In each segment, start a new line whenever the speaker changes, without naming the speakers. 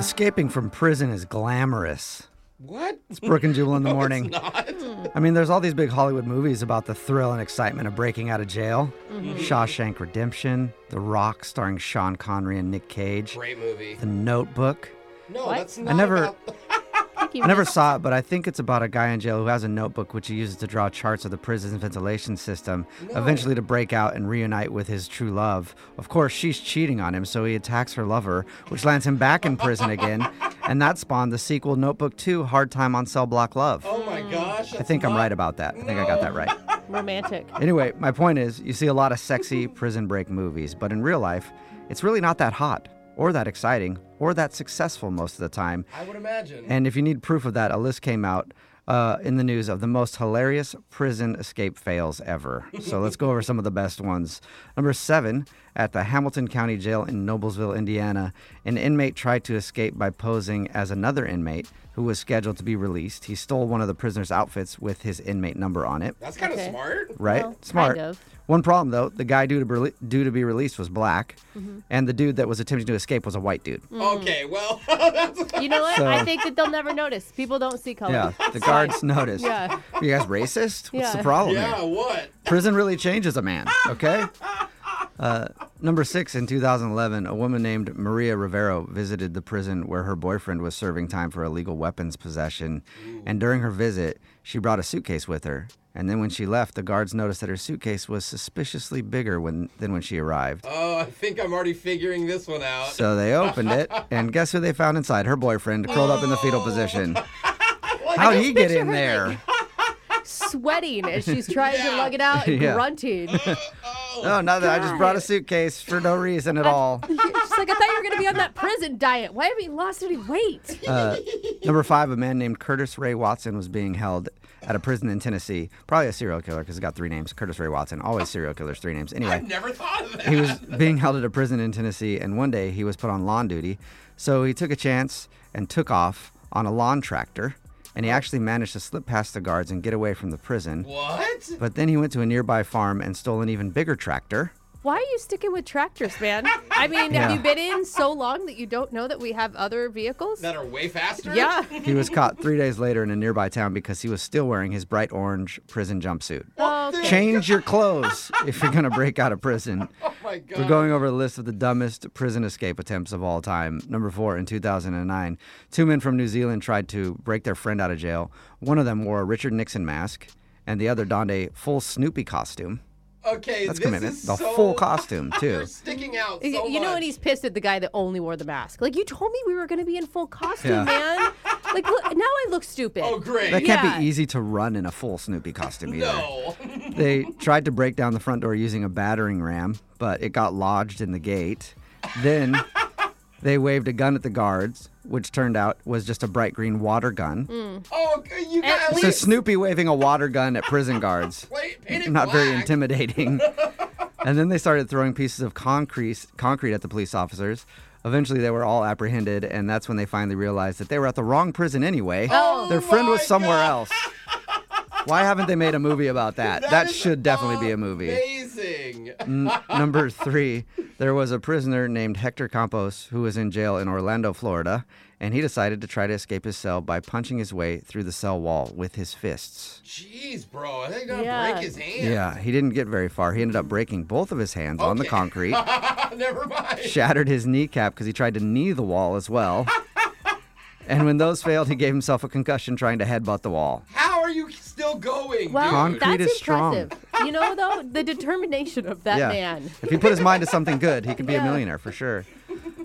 Escaping from prison is glamorous.
What?
It's Brooke and Jubal in the
No, it's
morning.
not.
I mean, there's all these big Hollywood movies about the thrill and excitement of breaking out of jail. Shawshank Redemption, The Rock starring Sean Connery and Nick Cage,
Great movie.
The Notebook.
No,
What?
that's not.
never-
about-
You
I never
missed-
saw it, but I think it's about a guy in jail who has a notebook which he uses to draw charts of the prison's ventilation system, eventually to break out and reunite with his true love. Of course, she's cheating on him, so he attacks her lover, which lands him back in prison again, and that spawned the sequel Notebook 2 Hard Time on Cell Block Love.
oh my gosh.
I think I'm right about that. I think I got that right.
romantic.
Anyway, my point is, you see a lot of sexy prison break movies, but in real life, it's really not that hot, or that exciting, or that successful most of the time.
I would imagine.
And if you need proof of that, a list came out uh, in the news of the most hilarious prison escape fails ever. So let's go over some of the best ones. Number seven, at the Hamilton County Jail in Noblesville, Indiana, an inmate tried to escape by posing as another inmate who was scheduled to be released. He stole one of the prisoner's outfits with his inmate number on it.
that's kind of
Okay.
smart.
Right?
Well,
Smart.
kind of.
One problem though, the guy due to, be due to be released was black,
Mm-hmm.
and the dude that was attempting to escape was a white dude.
Okay, well,
Oh,
that's
You know what?
So-
I think that they'll never notice. People don't see color.
Yeah, the
It's
guards
fine.
noticed.
Oh, Yeah.
Are you guys racist? What's the
Yeah.
problem? here?
yeah. What?
Prison really changes a man, okay? Uh, number six, in 2011, a woman named Maria Rivero visited the prison where her boyfriend was serving time for illegal weapons possession. And during her visit, she brought a suitcase with her. And then when she left, the guards noticed that her suitcase was suspiciously bigger when, than when she arrived.
Oh, I think I'm already figuring this one out.
So they opened it, and guess who they found inside? Her boyfriend, curled up in the fetal position. How'd he get
picture
in
her,
there?
Sweating as she's trying to
Yeah.
lug it out and
Yeah.
grunting. She's
Oh,
No, Oh, not that. I just brought a suitcase for no reason at all.
like, I thought you were going to be on that prison diet. Why haven't you lost any weight?
Number five, a man named Curtis Ray Watson was being held at a prison in Tennessee. Probably a serial killer because he's got three names. Curtis Ray Watson, always serial killers, three names.
I've
Anyway,
never thought of that.
he was being held at a prison in Tennessee, and one day he was put on lawn duty. So he took a chance and took off on a lawn tractor, and he actually managed to slip past the guards and get away from the prison.
What?
But then he went to a nearby farm and stole an even bigger tractor.
Why are you sticking with tractors, man? I mean, have
Yeah.
you been in so long that you don't know that we have other vehicles?
That are way faster.
yeah.
He was caught three days later in a nearby town because he was still wearing his bright orange prison jumpsuit.
Okay.
Change your clothes if you're going to break out of prison.
Oh my god.
We're going over a list of the dumbest prison escape attempts of all time. Number four, in 2009, two men from New Zealand tried to break their friend out of jail. One of them wore a Richard Nixon mask, and the other donned a full Snoopy costume.
Okay,
That's
this
commitment.
is
The
so...
full costume,
You're
too.
sticking out.
You-
So
you know,
much.
and he's pissed at the guy that only wore the mask. Like, you told me we were going to be in full costume,
Yeah.
man. Like, look, now I look stupid.
Oh great.
That can't
Yeah.
be easy to run in a full Snoopy costume either.
no.
They tried to break down the front door using a battering ram, but it got lodged in the gate. Then they waved a gun at the guards, which turned out was just a bright green water gun.
Oh, g- you
At
guys.
So Snoopy waving a water gun at prison guards.
Wait, paint it
Not very
black.
intimidating. and then they started throwing pieces of concrete concrete at the police officers. Eventually, they were all apprehended, and that's when they finally realized that they were at the wrong prison anyway.
Oh
Their friend was
my
somewhere
God.
else. Why haven't they made a movie about that? That,
is
should definitely be a movie.
Amazing.
N- number three, there was a prisoner named Hector Campos who was in jail in Orlando, Florida, and he decided to try to escape his cell by punching his way through the cell wall with his fists.
Jeez, bro. They're gonna
Yeah.
break his hand.
Yeah, he didn't get very far. He ended up breaking both of his hands on the
Okay.
concrete,
Never mind.
shattered his kneecap because he tried to knee the wall as well. And when those failed, he gave himself a concussion trying to headbutt the wall.
How are you still going?
Well,
dude?
Concrete
that's
is strong.
impressive. You know, though, the determination of that
yeah.
man.
If he put his mind to something good, he could be a
Yeah.
millionaire for sure.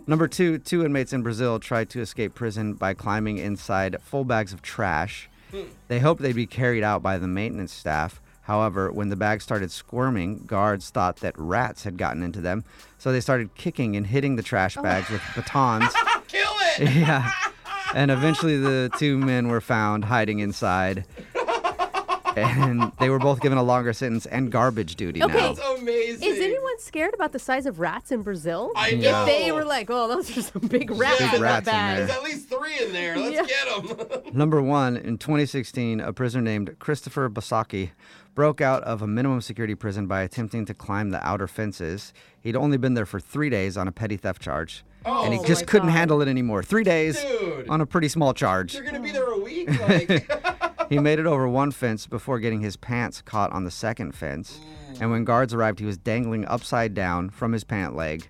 Number two, two inmates in Brazil tried to escape prison by climbing inside full bags of trash. They hoped they'd be carried out by the maintenance staff. However, when the bags started squirming, guards thought that rats had gotten into them, so they started kicking and hitting the
Oh.
trash bags with batons.
Kill it.
yeah. And eventually the two men were found hiding inside. And they were both given a longer sentence and garbage duty
Okay,
now.
It's amazing.
Is anyone scared about the size of rats in Brazil?
I
If
know.
they were like, oh, those are some big rats
Big
in
rats in
that bag.
there.
There's at least three in in there. Let's get them.
Number one, in 2016, a prisoner named Christopher Basaki broke out of a minimum security prison by attempting to climb the outer fences. He'd only been there for three days on a petty theft charge, and he
Oh
just
my
couldn't
God.
handle it anymore. Three days
Dude.
on a pretty small charge.
You're gonna be there a week. Like,
He made it over one fence before getting his pants caught on the second fence. And when guards arrived, he was dangling upside down from his pant leg.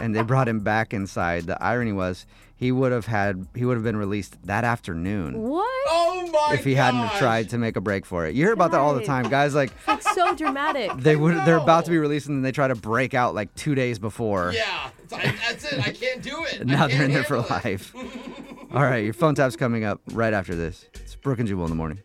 and they brought him back inside. The irony was he would have had he would have been released that afternoon
What?
oh my!
if he hadn't have
gosh.
tried to make a break for it. You hear about that all the
Guys.
time. Guys like
That's so dramatic.
they would they're about to be
know.
released and then they try to break out like 2 days before.
Yeah, it's- I- that's it. I can't do it. I
Now they're in
can't
there for
handle it.
life. all right, your phone tap's coming up right after this. It's Brooke and Jubal in the morning.